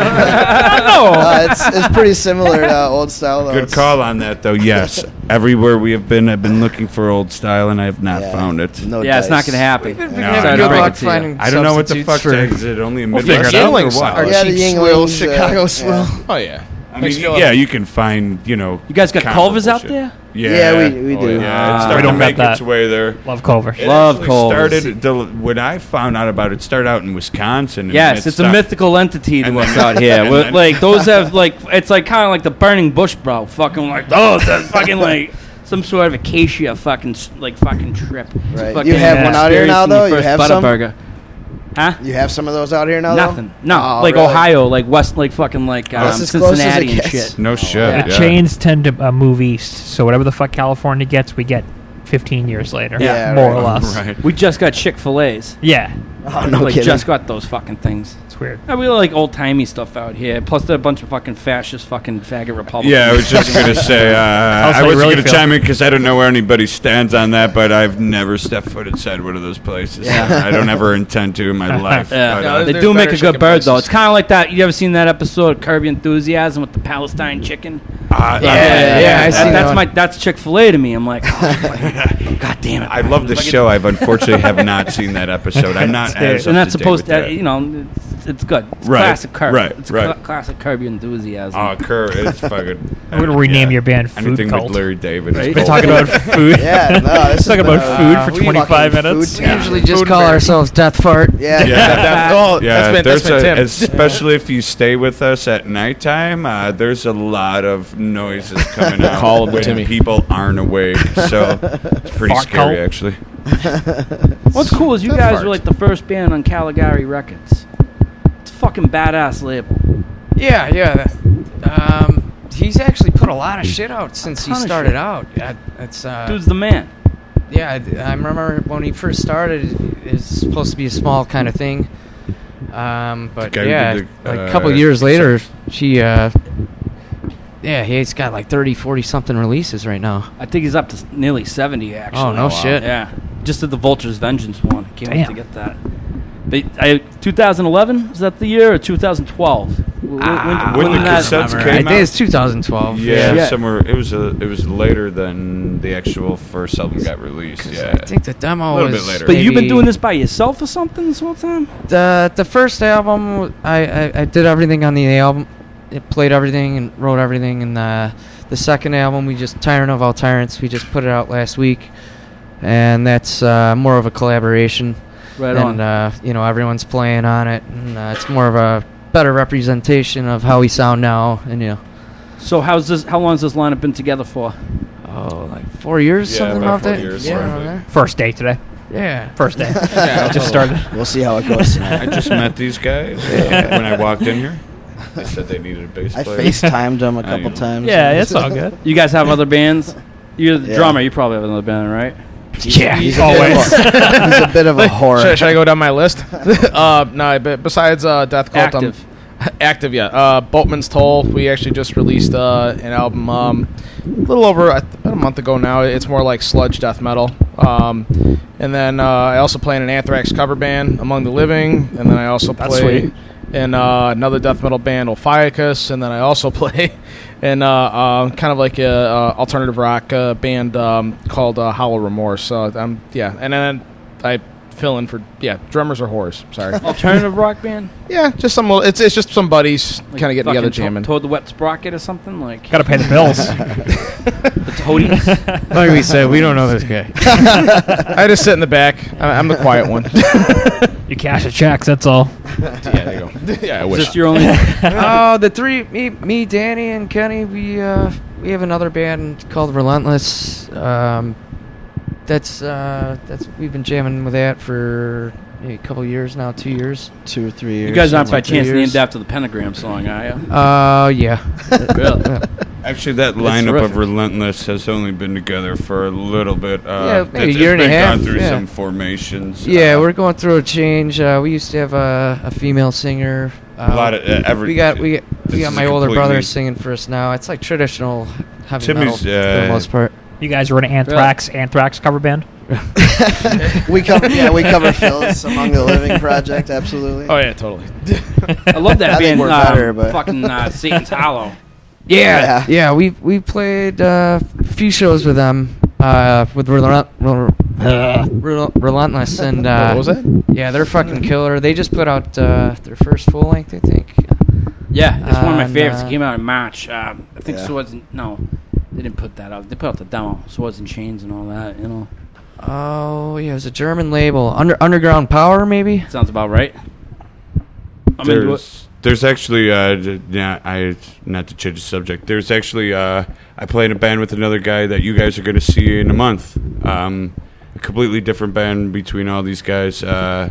Uh, it's, it's pretty similar to uh, old style. Though.
Good
It's-
call on that, though. Yes, everywhere we have been, I've been looking for old style, and I have not
Yeah.
found it.
No
yeah, it's not
dice.
gonna happen.
We've
No,
had
I
good
don't
luck
think so.
finding
I don't know what the
substitutes
fuck
for-
to exit. Only a
figure
Midwest
it
out
out.
or
Yinglings
what?
are-
Oh, Yeah, the uh,
Cheap
Yinglings,
swills, Chicago swill.
Oh yeah.
I mean, yeah, you can find you know.
You guys got Culvers out there?
Yeah,
Yeah, we- we
Oh,
do.
Yeah,
Ah.
it's
We
starting to
don't
make
got
its
that.
way there.
Love Culver.
It
Love
actually
Culvers.
Started the, when I found out about it. it Started out in Wisconsin. and
Yes, it's
it
a
stopped-
mythical entity to
And
us
then-
out here.
and
We're-
then-
like those have like it's like kind of like the burning bush, bro. Fucking like those, that's fucking like some sort of acacia fucking s- like fucking trip. It's a
Right.
fucking
You have one out here
experience
now,
from the
though? You
first
have
butter
some?
burger. Huh?
You have some of those out here now. though?
Nothing. No,
Oh,
like
really?
Ohio, like West, like fucking like um,
That's as close as it
Cincinnati and
gets.
shit.
No shit. Yeah.
The chains tend to uh, move east, so whatever the fuck California gets, we get 15 years later.
Yeah,
more
right.
or less.
Right.
We just got Chick Fil A's.
Yeah,
Oh, no
like
kidding.
just got those fucking things.
it's weird.
Yeah,
Oh,
we like old timey stuff out here. Plus, there are a bunch of fucking fascist fucking faggot Republicans.
Yeah, I was just gonna say. Uh,
how
I
you
wasn't
really
gonna
feel.
chime in because I don't know where anybody stands on that, but I've never stepped foot inside one of those places.
Yeah.
I don't ever intend to in my life.
Yeah,
but,
No,
uh,
they
there's
do make a
better
good
chicken
bird though.
places.
It's kind of like that. You ever seen that episode of Curb Your Enthusiasm with the Palestine chicken?
I-
yeah, yeah, I
That-
seen that
that's
one.
my that's Chick Fil A to me. I'm like, oh, fucking- God damn it!
I love this show. I've unfortunately have not seen that episode. I'm not.
They're
as
They're
up
not
to date
supposed
with
to. uh,
that.
You know, it's, it's good. It's
Right,
classic Curb.
right,
It's
right.
cla- classic Curb Your Enthusiasm.
Oh, Kerr, it's fucking.
I'm gonna rename
yeah.
your band Food
Anything
Cult.
with Larry David. is
We've been
gold.
talking about food.
Yeah, no, this
talking
has been
about food
a-
for
we
25
fucking
minutes.
food
We
town.
usually just call ourselves Death Fart.
Yeah.
Yeah.
oh,
Yeah,
that's been,
there's
that's been
a,
Tim.
especially if you stay with us at nighttime. Uh, there's a lot of noises coming out
Call him,
when
Timmy.
people aren't awake, so it's pretty
Fart
scary,
cult.
actually.
What's cool is you
That
guys
fart.
were like the first band on Caligari Records. It's a fucking badass label.
Yeah, yeah. that- Um, he's actually put a lot of shit out since he
ton of
started
shit.
out. Yeah, it's uh,
Dude's the man.
yeah. I, I remember when he first started, it was supposed to be a small kind of thing. Um, but
guy who
yeah,
did the,
like
uh,
a couple years later, she uh, yeah, he's got like 30, 40 something releases right now.
I think he's up to s- nearly 70 actually.
Oh, no Oh, wow. shit.
Yeah. Just did the Vulture's Vengeance one. Can't wait
Damn.
to get that. They, I, 2011 is that the year or 2012? When,
when the
that-
cassettes
Remember.
I
came
think
out,
it's 2012.
yeah,
Yeah.
somewhere it was a, it was later than the actual first album got released. Yeah,
I think the demo
Little
was
bit later.
But you've been
maybe-
doing this by yourself or something this whole time?
The the first album, I, I, I did everything on the album, it played everything and wrote everything, and uh, the second album we just Tyrant of All Tyrants, we just put it out last week, and that's uh, more of a collaboration,
Right
and Uh, you know everyone's playing on it, and uh, it's more of a better representation of how we sound now, and you know,
So how's this? How long's this lineup been together for?
oh like four years
Yeah,
something
about
about
four
that,
years,
yeah,
roughly.
around
First day today.
there. yeah.
First day.
Yeah,
just started.
We'll see how it goes tonight.
I just met these guys uh, when I walked in here. They said they needed a bass
I
player.
FaceTimed him a
I
couple
know.
times.
Yeah, it's all good.
You guys have other bands. You're the
Yeah.
drummer. You probably have another band, right?
Yeah, he's
always.
A bit of a, he's a bit of a horror.
Should, should I go down my list? uh, no, but besides uh, Death Cult, I'm-
Active.
active, yeah. Uh, Boatman's Toll. We actually just released uh, an album um, a little over a, about a month ago now. It's more like sludge death metal. Um, and then uh, I also play in an Anthrax cover band, Among the Living. And then I also
That's
play
sweet.
in uh, another death metal band, Ophiuchus. And then I also play in uh, uh, kind of like a uh, alternative rock uh, band um, called uh, Hollow Remorse. So I'm yeah. And then I fill in for yeah. Drummers are whores. Sorry.
Alternative rock band.
Yeah, just some. little- It's it's just some buddies
Like
kind of getting together
fucking to-
jamming.
Toward the wet sprocket or something like
Got to pay the bills.
the toadies.
Like we said, we don't know this guy.
I just sit in the back. I- I'm the quiet one.
you cash the checks. That's all.
yeah, there you go. Yeah, I
Is
wish.
this your only?
Oh, the three me, me, Danny, and Kenny. We uh, we have another band called Relentless. Um, that's uh, that's we've been jamming with that for maybe a couple years now, two years.
Two or three years.
you guys aren't by
something
chance
like that.
named after the pentagram song, are you?
Uh, yeah.
Really?
Actually, that lineup
terrific.
of Relentless has only been together for a little bit.
Yeah,
Uh,
maybe a year and a
been
half,
Gone through
yeah.
some formations.
yeah,
uh,
we're going through a change. Uh, we used to have a, a female singer. Uh,
a lot of uh, every.
we got we
this
we got
is
my older
completely-
brother singing for us now. It's like traditional heavy metal
Timmy's,
for the
uh,
most part.
You guys were an Anthrax Anthrax cover band.
we cover yeah we cover Phil's Among the Living project absolutely.
oh yeah, totally.
I love that
I think
band.
we're
uh,
better, but-
fucking uh, Satan's Hollow.
Yeah,
Yeah.
yeah. we we played uh, a few shows with them uh, with Relent- Rel- Rel- Relentless and uh,
what was that?
Yeah, they're fucking killer. They just put out uh, their first full length, I think.
Yeah, it's one of my
And,
favorites. it
uh,
came out in March. Uh, I think
Yeah.
Swords. And, no, they didn't put that out. They put out the demo, Swords and Chains, and all that. You know,
Oh yeah, it was a German label, Under Underground Power, maybe.
sounds about right. I'm into it.
there's, there's actually uh, d- yeah, I not to change the subject. There's actually uh, I play in a band with another guy that you guys are going to see in a month. Um, a completely different band between all these guys. Uh,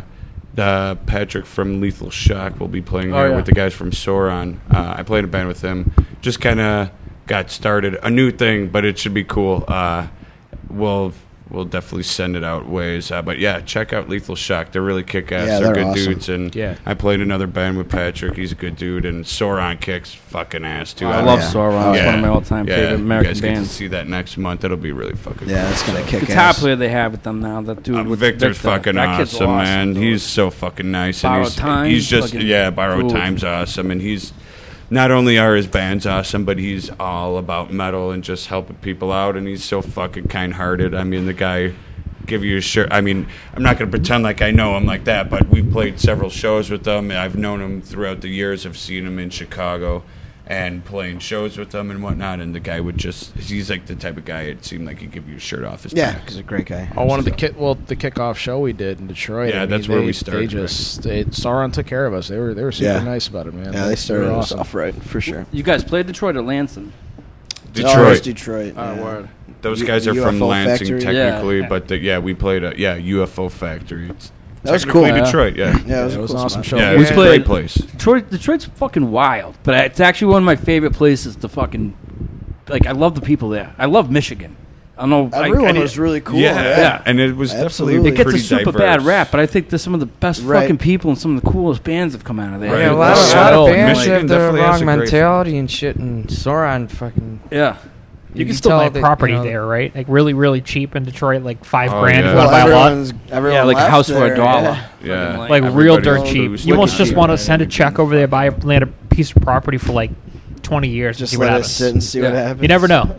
uh, Patrick from Lethal Shock will be playing
Oh,
here
yeah.
with the guys from Sauron. Uh, I played in a band with them. Just kind of got started a new thing, but it should be cool. Uh, we'll we'll definitely send it out ways. Uh, but yeah, check out Lethal Shock. They're really kick ass.
Yeah,
they're,
they're
good
awesome.
dudes and
Yeah.
I played another band with Patrick. He's a good dude, and Sauron kicks fucking ass too.
I
don't
love
know.
Sauron. It's one of my all-time favorite
you guys
American
get
bands.
to see that next month. It'll be really fucking.
Yeah,
cool.
it's gonna
So-
kick
guitar
ass.
player they have with them now. That dude,
Um,
with
Victor's
Victor.
fucking
That kid's
awesome, man.
dude.
He's so fucking nice,
Borrowed
and he's
Time,
he's just
fucking
yeah, borrowed
cool.
time's awesome, and he's not only are his bands awesome, but he's all about metal and just helping people out, and he's so fucking kind hearted. I mean, the guy give you a shirt. I mean, I'm not gonna pretend like I know him like that, but we've played several shows with them. I've known him throughout the years. I've seen him in Chicago. And playing shows with them and whatnot, and the guy would just—he's like the type of guy. It seemed like he'd give you a shirt off his
Yeah,
back.
he's a great guy.
Oh, one of the ki- well, the kickoff show we did in Detroit.
Yeah,
I mean,
that's where
they-
we started,
They
right?
just they, Sauron took care of us. They were they were super
Yeah.
nice about it, man.
Yeah, they started
were
us
awesome.
off right for sure.
You guys played Detroit or Lansing?
Oh,
Detroit.
it's Detroit.
Oh,
yeah.
word.
Those
U-
guys are from
UFO
Lansing,
Factory.
technically,
Yeah.
but the, yeah, we played a yeah UFO Factory. It's
That was
technically
cool. Yeah,
Detroit, yeah, yeah.
it was,
Yeah,
a
it was
cool
an awesome
spot.
show.
it was
We
a great
played-
place.
Detroit, Detroit's fucking wild, but it's actually one of my favorite places to fucking like. I love the people there. I love Michigan. I don't know. I- I
Everyone
did-
was really cool.
yeah,
Yeah.
and uh, it was
Absolutely.
definitely
It gets a
pretty
super
diverse.
bad rap, but I think there's some of the best
Right.
fucking people and some of the coolest bands have come out of there.
Right.
Yeah, a
Right.
lot, of- a lot
Seattle,
of bands
Michigan
have the
definitely has
wrong
a great-
mentality and shit, and Sauron fucking
Yeah.
you, can, still
tell
buy
that,
property
you know,
there, right? Like really, really cheap in Detroit, like five
Oh,
grand. if
yeah.
You want to buy a lot?
everyone's, everyone
yeah, like a
left
house for
there,
a dollar.
yeah.
Yeah.
Fucking
Like
Everybody
real dirt
was
cheap.
looking
You almost just
cheap,
want to
man.
send a check over there, buy a, land a piece of property for like twenty years, and
Just
see what
let it
happens.
sit and see what
Yeah.
happens.
You never know.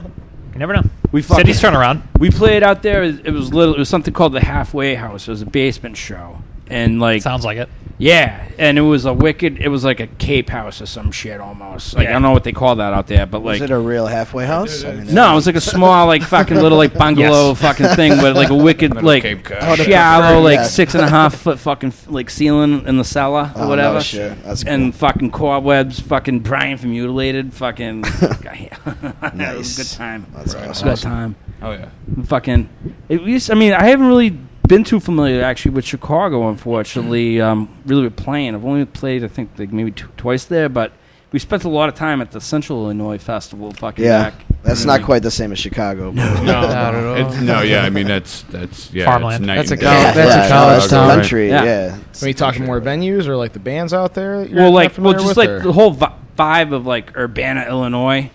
You never know.
We fucking-
City's turnaround.
We played out there. It was little. It was something called the Halfway House. It was a basement show, and like
Sounds like it.
yeah, and it was a wicked. It was like a Cape house or some shit almost. Like I
Yeah.
don't know what they call that out there, but like
Is it a real halfway house? I mean,
no, it was like a small like fucking little like bungalow
Yes.
fucking thing, but like a wicked
Little
like
Cape Cod.
Oh, the
shallow
preferred,
like
yeah.
six and a half foot fucking like ceiling in the cellar or
Oh, no
whatever.
shit. That's
And
cool.
fucking cobwebs, fucking Brian from Mutilated, fucking. it was
Nice.
a good time.
That's
Right.
It was a
awesome.
good time.
Oh yeah.
fucking at least I mean I haven't really been too familiar actually with Chicago unfortunately um, really with playing I've only played I think like maybe tw- twice there but we spent a lot of time at the Central Illinois Festival fucking
Yeah,
back Mm-hmm.
that's
in
not
the-
quite the same as Chicago. but-
No.
Not
Oh.
at all.
It's, no, yeah. I mean, that's that's yeah.
Farmland.
That's a
night
cow-
and day.
that's a
yeah,
college
it's
town.
Country,
Yeah.
yeah.
Are we talking more venues or like the bands out there? that you're
well
not
like well
familiar
just
with,
like
or-
the whole vi- vibe of like Urbana Illinois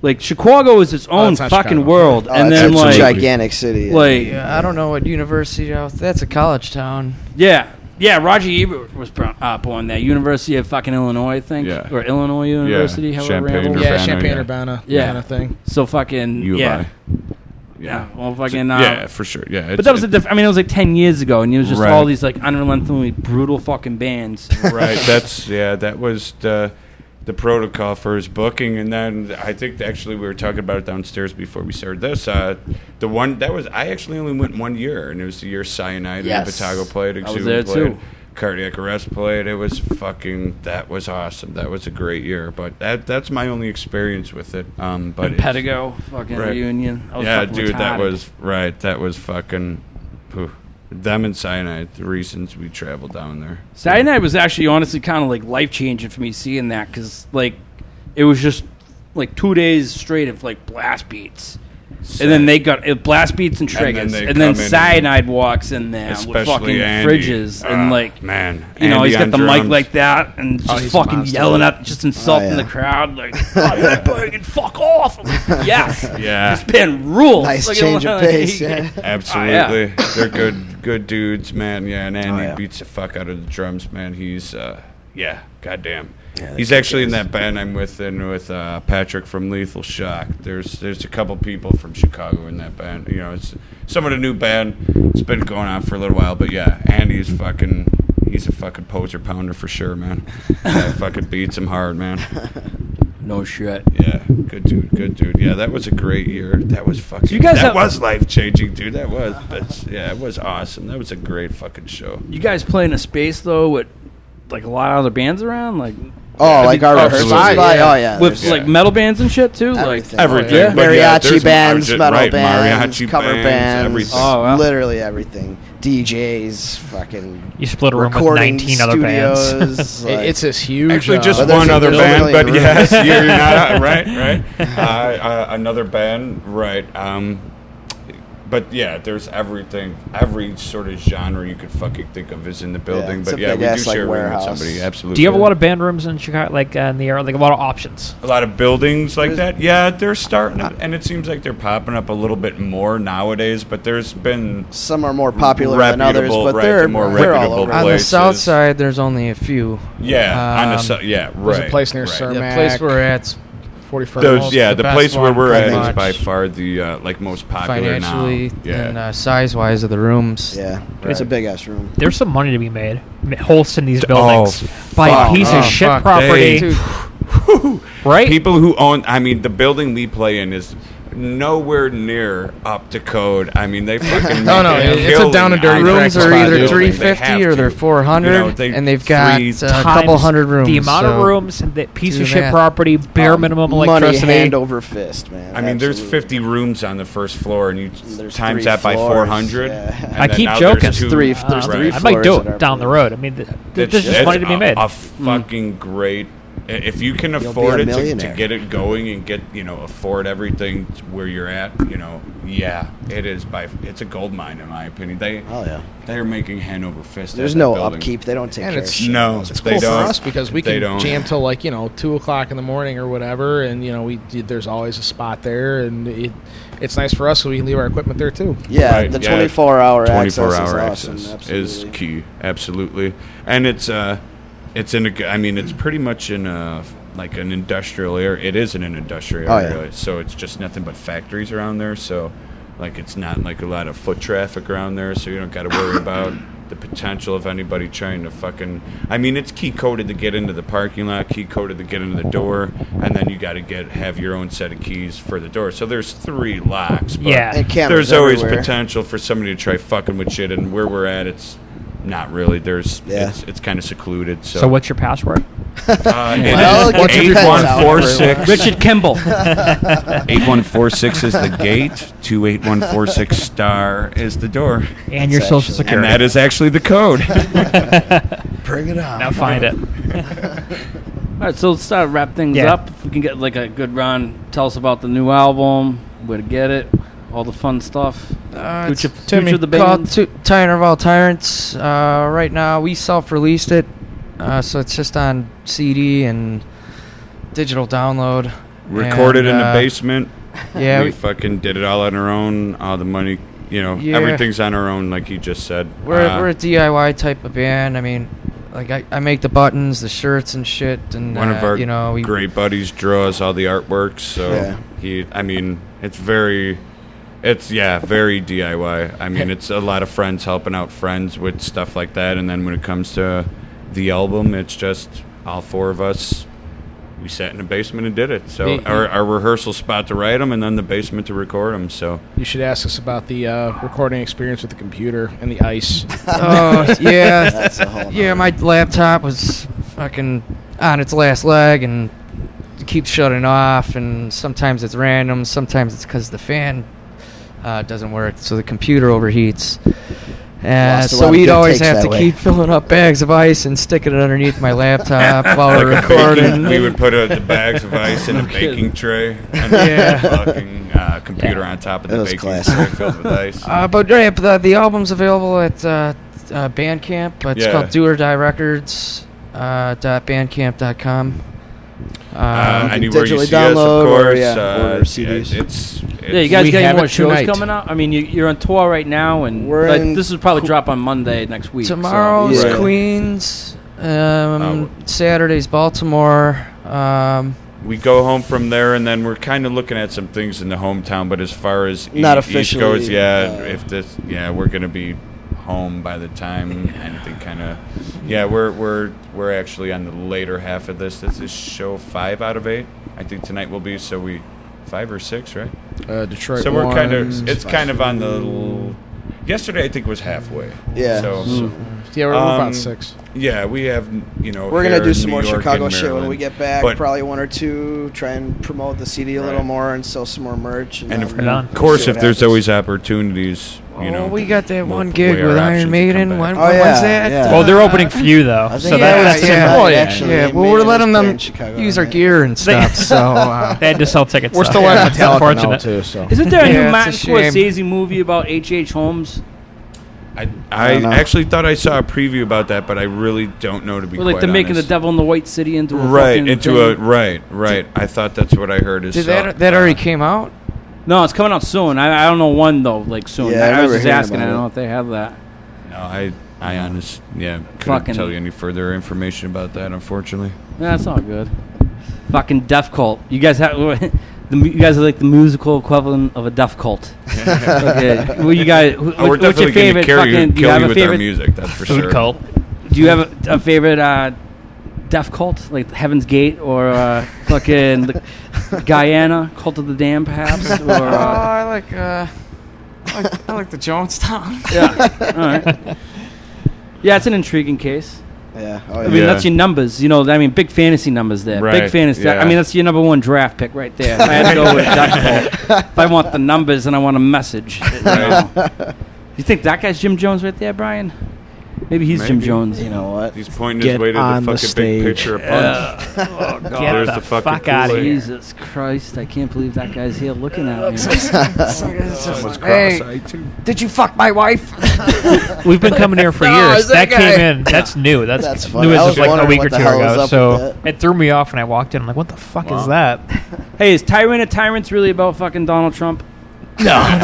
like Chicago is
Oh,
its own
that's not
fucking
Chicago.
world
Oh,
and
that's
then
a
like
gigantic city. yeah.
like
Yeah, I don't know what university. out- That's a college town.
yeah yeah Roger Ebert was bro- uh, born there University of fucking Illinois I think
Yeah.
or Illinois University however it
Champaign
rambles.
or-
yeah,
Urbana,
Champagne
yeah.
Urbana,
Yeah.
kind of thing.
so fucking
U of
yeah
I.
Yeah.
Yeah.
Well,
So-
fucking. Uh,
yeah, for sure. Yeah.
But that was a diff- I mean, it was like ten years ago, and it was just
Right.
all these like unrelentingly brutal fucking bands.
right. That's yeah. That was the the protocol for his booking, and then I think actually we were talking about it downstairs before we started this. Uh, the one that was I actually only went one year, and it was the year Cyanide
Yes.
and Patago played,
I was
Exhumed
there,
played,
too.
Cardiac Arrest played. It was fucking that was awesome. That was a great year, but that that's my only experience with it. Um, but it's-
Pedigo, fucking
Right.
reunion. I was
yeah,
fucking
dude,
retarded.
that was right. That was fucking. phew. Them and Cyanide, the reasons we traveled down there.
Saturday night was actually honestly kind of like life changing for me seeing that because like it was just like two days straight of like blast beats. And then they got uh, blast beats and
then
triggers,
they
and then,
come in and-
cyanide walks in there with
especially
fucking
Andy.
fridges
Ah,
and like
man,
you know
Andy
he's got
on
the mic
drums.
like that and
Oh,
just
he's a
fucking
monster.
yelling up, just insulting
yeah.
the crowd like oh, you're big and fuck off. I'm like, yes,
Yeah.
this band rules.
nice
Like,
change of
like,
pace. Yeah.
Ah,
Absolutely, they're good, good dudes, man. Yeah, and Andy
yeah.
beats the fuck out of the drums, man. He's, uh, yeah, goddamn.
that
He's
kid
actually in
is-
that band I'm with, and with uh, Patrick from Lethal Shock. There's, there's a couple people from Chicago in that band. You know, it's somewhat a new band. It's been going on for a little while, but yeah, Andy's fucking, he's a fucking poser pounder for sure, man. Yeah, fucking beats him hard, man.
No shit.
Yeah, good dude, good dude. Yeah, that was a great year. That was fucking.
You guys
that
have-
was life changing, dude. That was, but yeah, it was awesome. That was a great fucking show.
You guys play in a space though with like a lot of other bands around, like
Oh, like our
Oh,
rehearsal
Spy,
spy.
yeah.
Oh yeah,
with
there's
like metal bands and shit too.
everything.
Like
Everything,
Yeah.
but yeah,
mariachi
there's-
bands,
right,
metal bands,
mariachi
cover
bands,
bands,
everything.
Oh, wow.
literally everything. DJs, fucking
You split a room with
recording
19 other bands.
studios.
It-
like-
it's this huge.
Actually,
uh,
just
But there's
one
a
other band,
billion
but
rooms.
yes, you're not right, right. Uh, uh, another band, right? Um, but yeah, there's everything, every sort of genre you could fucking think of is in the building.
it's
but
a
yeah, we do
big-ass, like,
share a room with
warehouse.
somebody. Absolutely.
Do you have a lot of band rooms in Chicago, like uh, in the area, like a lot of options?
a lot of buildings like that. Yeah, they're starting, to- and it seems like they're popping up a little bit more nowadays. But there's been
some are more popular than others,
Reputable,
but
right,
they're
the more
they're all
reputable
over.
On the
Places.
south side, there's only a few.
yeah on the
Um,
su- yeah right.
There's a place near
right.
The
Cermak.
place we're at's
41st.
Those, yeah,
the
the,
best
place where
one,
we're
pretty
at is
much.
by far the uh, like most popular now.
financially
Yeah,
and uh, size-wise of the rooms.
Yeah, it's a big ass room.
There's some money to be made. Ma- Holes in these buildings. Buy a
Oh, fuck.
piece
Oh,
of shit
fuck.
property,
Dude,
right?
people who own. I mean, the building we play in is nowhere near up to code. I mean, they fucking
No,
make
no, it's a
killing
down and dirty
on
rooms
practice
are
by
either
building. They
350
have
or they're
to.
400, and they've got,
three
uh, a couple
times
hundred
The
rooms,
amount
so
of rooms, and that piece
do Um,
of shit
that.
property, bare minimum
Money
electricity.
hand over fist, man.
I mean, there's
Absolutely.
50 rooms on the first floor, and you
There's
times
three
that by
floors,
400.
yeah.
and
I
then
keep
now
joking.
there's two-
Three- there's
Um,
three
I might
floors
do
at our
it down the
place.
road. I mean, th- th-
It's-
there's just
it's
money to be
a-
made.
A fucking great I- If you can
Mm. be
afford
a
it to, to
millionaire.
get it going and get you know afford everything t- where you're at, you know, yeah, it is by it's a gold mine in my opinion. They
Oh, yeah.
they are making hand over fist.
There's
at that
no
building.
upkeep. They don't take
And
care
it's-
of shit.
No,
It's
they
cool for
don't.
us because we
They
can
don't.
jam till like you know two o'clock in the morning or whatever, and you know we there's always a spot there, and it, it's nice for us so we can leave our equipment there too.
Yeah,
Right,
the
yeah,
24 hour
24
access
hour
is
access
awesome.
is
absolutely.
key absolutely and it's uh it's in a g- i mean it's pretty much in a like an industrial area it is in an industrial
Oh,
area
yeah.
so it's just nothing but factories around there so like it's not like a lot of foot traffic around there so you don't got to worry about the potential of anybody trying to fucking i mean it's key coded to get into the parking lot key coded to get into the door and then you got to get have your own set of keys for the door so there's three locks but
Yeah.
And cameras
there's always
everywhere.
potential for somebody to try fucking with shit, and where we're at, it's not really. There's
Yeah.
it's, it's kind of secluded. So,
So what's your password?
Uh, it
Well, it
is eight
depends
one
on
four
where we're
six.
at.
Richard Kimball.
Eight one four six is the gate. Two eight one four six star is the door,
And your social
actually-
security.
and that is actually the code.
Bring it on.
now find it.
All right, so let's start to wrap things
Yeah.
up. If we can get like a good run, tell us about the new album, where to get it, all the fun stuff.
Uh,
Future-
it's
Future
Timmy
the
called
Band.
Tu- Tyrant of All Tyrants. Uh, right now, we self-released it, uh, so it's just on CD and digital download.
Recorded
And,
in the
uh,
basement.
Yeah,
we
we,
fucking did it all on our own. All the money, you know,
Yeah.
everything's on our own, like you just said.
we're,
Uh,
we're a DIY type of band. I mean, like I, I make the buttons, the shirts, and shit. And
one of
uh,
our
you know, we,
great buddies draws all the artwork so
Yeah.
he i mean it's very it's yeah very diy i mean it's a lot of friends helping out friends with stuff like that and then when it comes to the album it's just all four of us we sat in the basement and did it so
The-
our, our rehearsal spot to write them and then the basement to record them so
You should ask us about the uh, recording experience with the computer and the ice.
Oh yeah,
That's a whole nother-
yeah. My laptop was fucking on its last leg and it keeps shutting off. And sometimes it's random. Sometimes it's because the fan uh, doesn't work, so the computer overheats. Uh,
Lost a lot
so
of
we'd
good
always
takes
have
that
to
way.
keep filling up bags of ice and sticking it underneath my laptop while we're
like a baking,
recording.
we would put uh the bags of ice in a baking tray and
Yeah.
the fucking uh, computer on top of
That
the
was
baking
classic.
tray filled with ice
Uh, but yeah, but the, the album's available at uh, uh, Bandcamp. It's
Yeah.
called Do or Die Records. Uh, dot bandcamp.com. Uh,
Uh,
can
anywhere you
digitally
see us,
download
of
or,
course.
yeah,
uh,
order CDs.
yeah, It's, it's
Yeah, you guys
We
got
have
any
it
more shows
tonight.
coming out? I mean, you, you're on tour right now, and
We're
like,
in
this will probably drop on Monday next week. so-
Tomorrow's
Yeah.
Queens.
Oh.
Um, Saturday's Baltimore. Um,
we go home from there, and then we're kind of looking at some things in the hometown. But as far as
Not
e- East
officially,
goes, yeah,
uh,
if this, yeah, we're gonna be home by the time anything kind of, yeah, we're we're we're actually on the later half of this. This is show five out of eight. I think tonight will be so we five or six, right?
Uh, Detroit.
so we're kind
Ones.
of it's kind of on the. l- Yesterday I think was halfway.
Yeah. Hmm.
So.
Mm.
yeah, we're, we're
um,
about six.
Yeah, we have you know.
We're gonna
here
do
in
some
New
more
York
Chicago
and
shit when
Maryland.
we get back.
But-
probably one or two. Try and promote the CD a little
Right.
more and sell some more merch. And,
And
then
of
we'll
done.
see
Of course,
what
if there's
happens.
always opportunities, you know.
oh, we got that
we'll
one gig
weigh our
with
options and
Iron
come
Maiden.
back.
When,
Oh,
when
yeah,
was that?
yeah.
Well, they're opening for you though,
I think
so
that
that,
was
that's
tonight,
important.
important.
actually.
Yeah,
Me
well, we're
and
letting
this guy
them
in Chicago
use
that
our
night.
gear and stuff. so uh,
They had to sell tickets.
We're
though.
still wearing
It's
Metallica now
unfortunate.
too. So
Isn't there a
Yeah,
new
it's
Martin
a shame.
Scorsese movie about H.H. Holmes?
I,
don't know.
I actually thought I saw a preview about that, but I really don't know to be
Where, like
quite
they're making the
honest.
devil in the white city into a
right
fucking
into a
thing.
right right. I thought that's what I heard. Is
did
uh,
that that already came out?
No, it's coming out soon. I, I don't know when though. Like soon.
Yeah, I
I, was
remember
just
hearing
asking. I
about
don't
it.
know if they have that.
uh, No, I I honest yeah couldn't
Fucking-
tell you any further information about that. Unfortunately,
That's all good. Fucking Def Cult. You guys have the mu- you guys are like the musical equivalent of a Def Cult. okay. Well, you guys. Who,
Oh, we're
what- what's your
definitely going
favorite?
to carry
fucking, do you
kill
have
you
a
with our
favorite?
music. That's for
Food
sure.
cult.
Do you have a, a favorite uh, Def Cult like Heaven's Gate or uh, fucking the Guyana Cult of the Dam, perhaps? Or uh,
Oh, I like uh, I like, I like the Jonestown.
yeah. All right. Yeah, it's an intriguing case.
Yeah. Oh,
I
yeah.
mean,
Yeah.
that's your numbers. You know, I mean, big fantasy numbers there. Big
Right,
fantasy. I
yeah.
mean, that's your number one draft pick right there. I had to go with Duck Bowl. If I want the numbers and I want a message, you, know. You think that guy's Jim Jones right there, Brian? Maybe he's Jim
Maybe.
Jones.
You know what?
He's pointing
Get
his way to the
on the
fucking
stage.
big picture of punch.
Get
There's the fucking
fuck out of
Kool-Aid.
here.
Jesus Christ! I can't believe that guy's here looking at me.
Someone's
Hey.
cross-eyed, too.
Did you fuck my wife?
We've been coming here for
No,
years.
it's that
That, came
guy.
in. That's new. That's,
That's funny.
new
I
as
was
of like a
wondering
week
what
or
the
two
hell was
ago.
up
So
with
it threw me off when I walked in. I'm like, what the fuck is that?
Hey, is Tyrant a tyrant's really about fucking Donald Trump?
You
about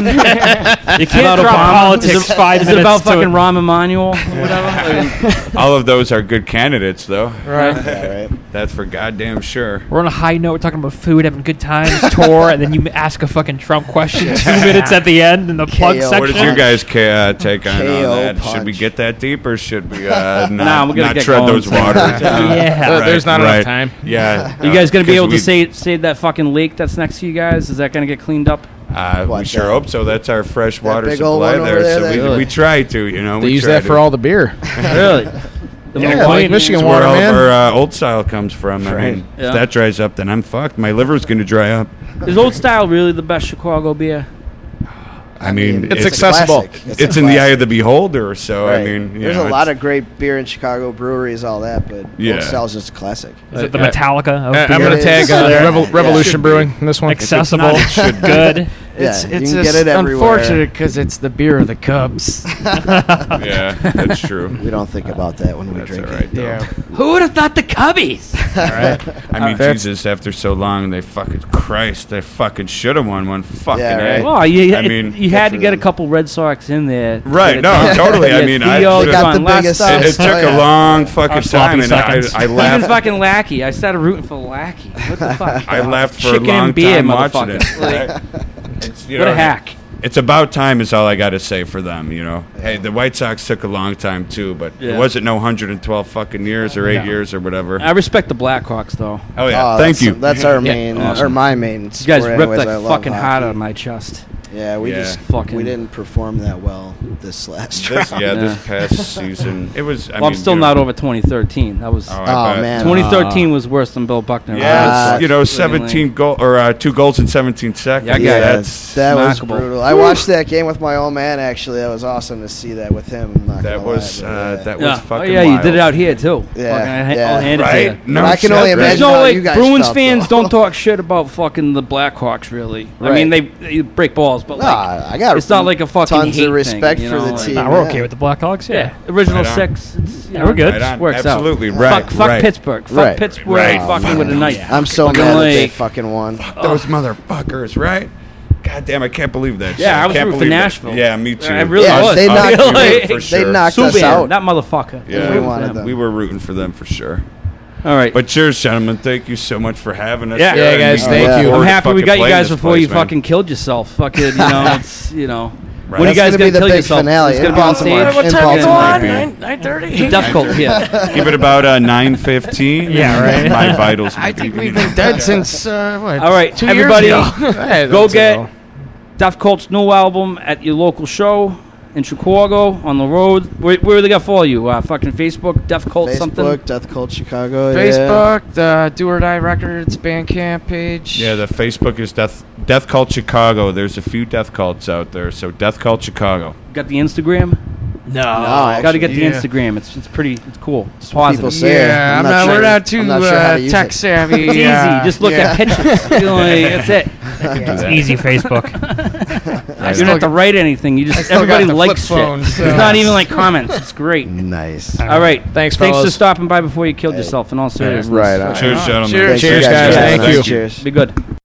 can't drop
Obama.
politics
Is it-
five
Is it
minutes
about
to-
fucking Rahm Emanuel or whatever? Like,
All of those are good candidates, though.
right.
Yeah, right.
That's for goddamn sure.
We're on a high note. We're talking about food, having good times, tour, and then you ask a fucking Trump question two minutes at the end in the plug
KO.
section.
What is your guys' ca- uh, take on, on
KO
that? Should we
punch.
get that deep, or should we uh, not,
Nah, we're gonna
not
get
tread
going
those
soon.
waters? Uh,
Yeah.
There- there's not enough time.
Yeah,
You guys gonna be
because
able to
we-
save save that fucking lake that's next to you guys? Is that gonna get cleaned up?
Uh, we
What,
sure
that-
hope so. That's our fresh water
big old
supply
one
there,
over there
so
that-
we, we try to, you know.
They
we
use
try
that
to.
for all the beer.
really? The
Yeah,
Milwaukee-
like Michigan
That's
water,
where all
man.
of our uh, old style comes from. I mean,
Yeah.
if that dries up, then I'm fucked. My liver's gonna dry up.
Is old style really the best Chicago beer?
I mean,
It's
it's,
accessible.
classic.
it's,
a
in the
classic.
eye of the beholder. So I
Right.
mean, you
there's
know,
a
it's-
lot of great beer in Chicago breweries, all that, but
Yeah.
Old Style's just a classic.
Is it the
Uh,
Metallica? Oh, Of
I- I'm going
It
to
is.
tag uh,
Yeah.
Revol-
Yeah.
Revolution Brewing in this one.
accessible, good.
It's
yeah,
it's
you can
just
get it everywhere.
unfortunate because it's the beer of the Cubs.
Yeah, that's true.
We don't think about that when we
That's all
drink
right.
it.
Though.
Who would have thought the Cubbies?
I mean, Jesus, after so long, they fucking Christ, they fucking should have won one. Fucking
Yeah,
A.
right.
Well, you,
I
it-
mean-
you had to
Good for
get a
them.
couple Red Sox in there. to
Right,
get
no,
it done.
totally. I
Yeah,
mean, I
Theo,
should've-
They got the
John Lester.
biggest-
It, it took
Oh, yeah.
a long fucking
Our sloppy
time, and I,
seconds.
I
Even
laughed.
fucking Lackey. I started rooting for Lackey. What the fuck?
I laughed for a
Chicken
long
and beer,
time watching it.
motherfucker. Like,
It's, you
what a
know,
hack.
It's about time, is all I got to say for them. You know, hey, the White Sox took a long time too, but
Yeah.
it wasn't no 112 fucking years or eight
No.
years or whatever.
I respect the Blackhawks, though.
oh yeah,
Oh,
thank
that's,
you.
That's our main, or my main.
You guys
sport
ripped
anyways.
that
I love
fucking heart
hockey.
out of my chest.
Yeah, we
Yeah.
just
Fucking-
we didn't perform that well this last
this,
round.
yeah,
Yeah.
this past season, it was. I
well, I'm
mean,
still
you know-
not over 2013. That was
Oh, I
Oh
bet.
man,
2013 was worse than Bill Buckner.
Yeah,
Uh,
it's, you know, 17 goal or uh, two goals in 17 seconds.
Yeah, I got
yeah,
that's
that was
smackable.
brutal. I watched that game with my old man. Actually, that was awesome to see that with him. I'm not
that
gonna lie,
was
but,
uh, that
Yeah.
was
Oh,
fucking.
yeah, you did
wild.
it out here too.
Yeah,
Fucking, I,
yeah.
I'll hand it to you.
right?
I can
shit,
only
right?
imagine-
There's no
how
like
you guys
Bruins
felt,
fans
though.
don't talk shit about fucking the Blackhawks really. I
Right.
mean they, they break balls, but
Nah,
like
I got
it's not like a fucking
tons
hate
of respect
thing, you
for
know,
the
like-
team.
Nah, we're okay
yeah.
with the Blackhawks.
yeah,
Yeah,
original
Right on.
six. It's, you
Yeah, we're good.
It
Right on.
works out.
Absolutely right.
Fuck, fuck
right.
Pittsburgh. Fuck
Right.
Pittsburgh.
Right.
Fucking
Fuck
with a
them.
knife.
I'm so
Fucking
mad that they
like-
fucking won.
Those motherfuckers, right? God damn, I can't believe that.
Yeah,
shit.
I was
can't
rooting for
believe that.
Nashville.
Yeah, me too.
I really
Yeah,
was.
they
Oh,
knocked-
you were
Like-
for
they
sure.
knocked us
Subban,
out.
that motherfucker.
Yeah,
We wanted them.
we were rooting for them for sure.
All right.
But cheers, gentlemen. Thank you so much for having us.
Yeah.
here,
Yeah,
and
guys,
we
thank
look
you.
forward
I'm
to
happy we
fucking
got you
playing
guys
this
before
place,
you
man.
fucking killed yourself. Fucking, you know, it's, you know.
Right.
When are you
That's
guys gonna
gonna be the
kill
big
yourself?
finale
It's gonna
in
be on
Baltimore.
stage.
What time is it on?
Nine thirty.
The Duff Cult here.
Give it about uh, nine fifteen.
Yeah, right.
My vitals.
I think we've been dead since uh, what?
All right,
two
everybody,
Years ago.
Hey,
go
that's
get
all.
Duff Colt's new album at your local show in Chicago on the road. Where, where do they got follow you? Uh, fucking Facebook, Duff Colt
Facebook,
something.
Death Cult Chicago. Yeah.
Facebook, the Do or Die Records Bandcamp page.
Yeah, the Facebook is Death Death Cult Chicago. There's a few Death Cults out there, so Death Cult Chicago.
Got the Instagram.
No,
got to
Oh, actually,
get the
yeah.
Instagram. It's it's pretty. It's cool. It's
people
positive.
say it.
yeah. I'm
I'm not
not, we're
sure-
not too
I'm not sure how
uh,
to use
tech
it.
savvy.
It's
uh,
easy. Just look at pictures. You know, like, that's it.
it's easy Facebook.
You don't have to write anything. You just
still got
everybody
the flip
likes shit.
phone, so-
uh,
It's not even like comments. It's great.
Nice.
All right.
Thanks,
Thanks for
fellas.
stopping by before you killed yourself. In all seriousness,
Right on.
Cheers, gentlemen.
Cheers,
Thank you guys.
guys. Thank you.
Cheers.
be good.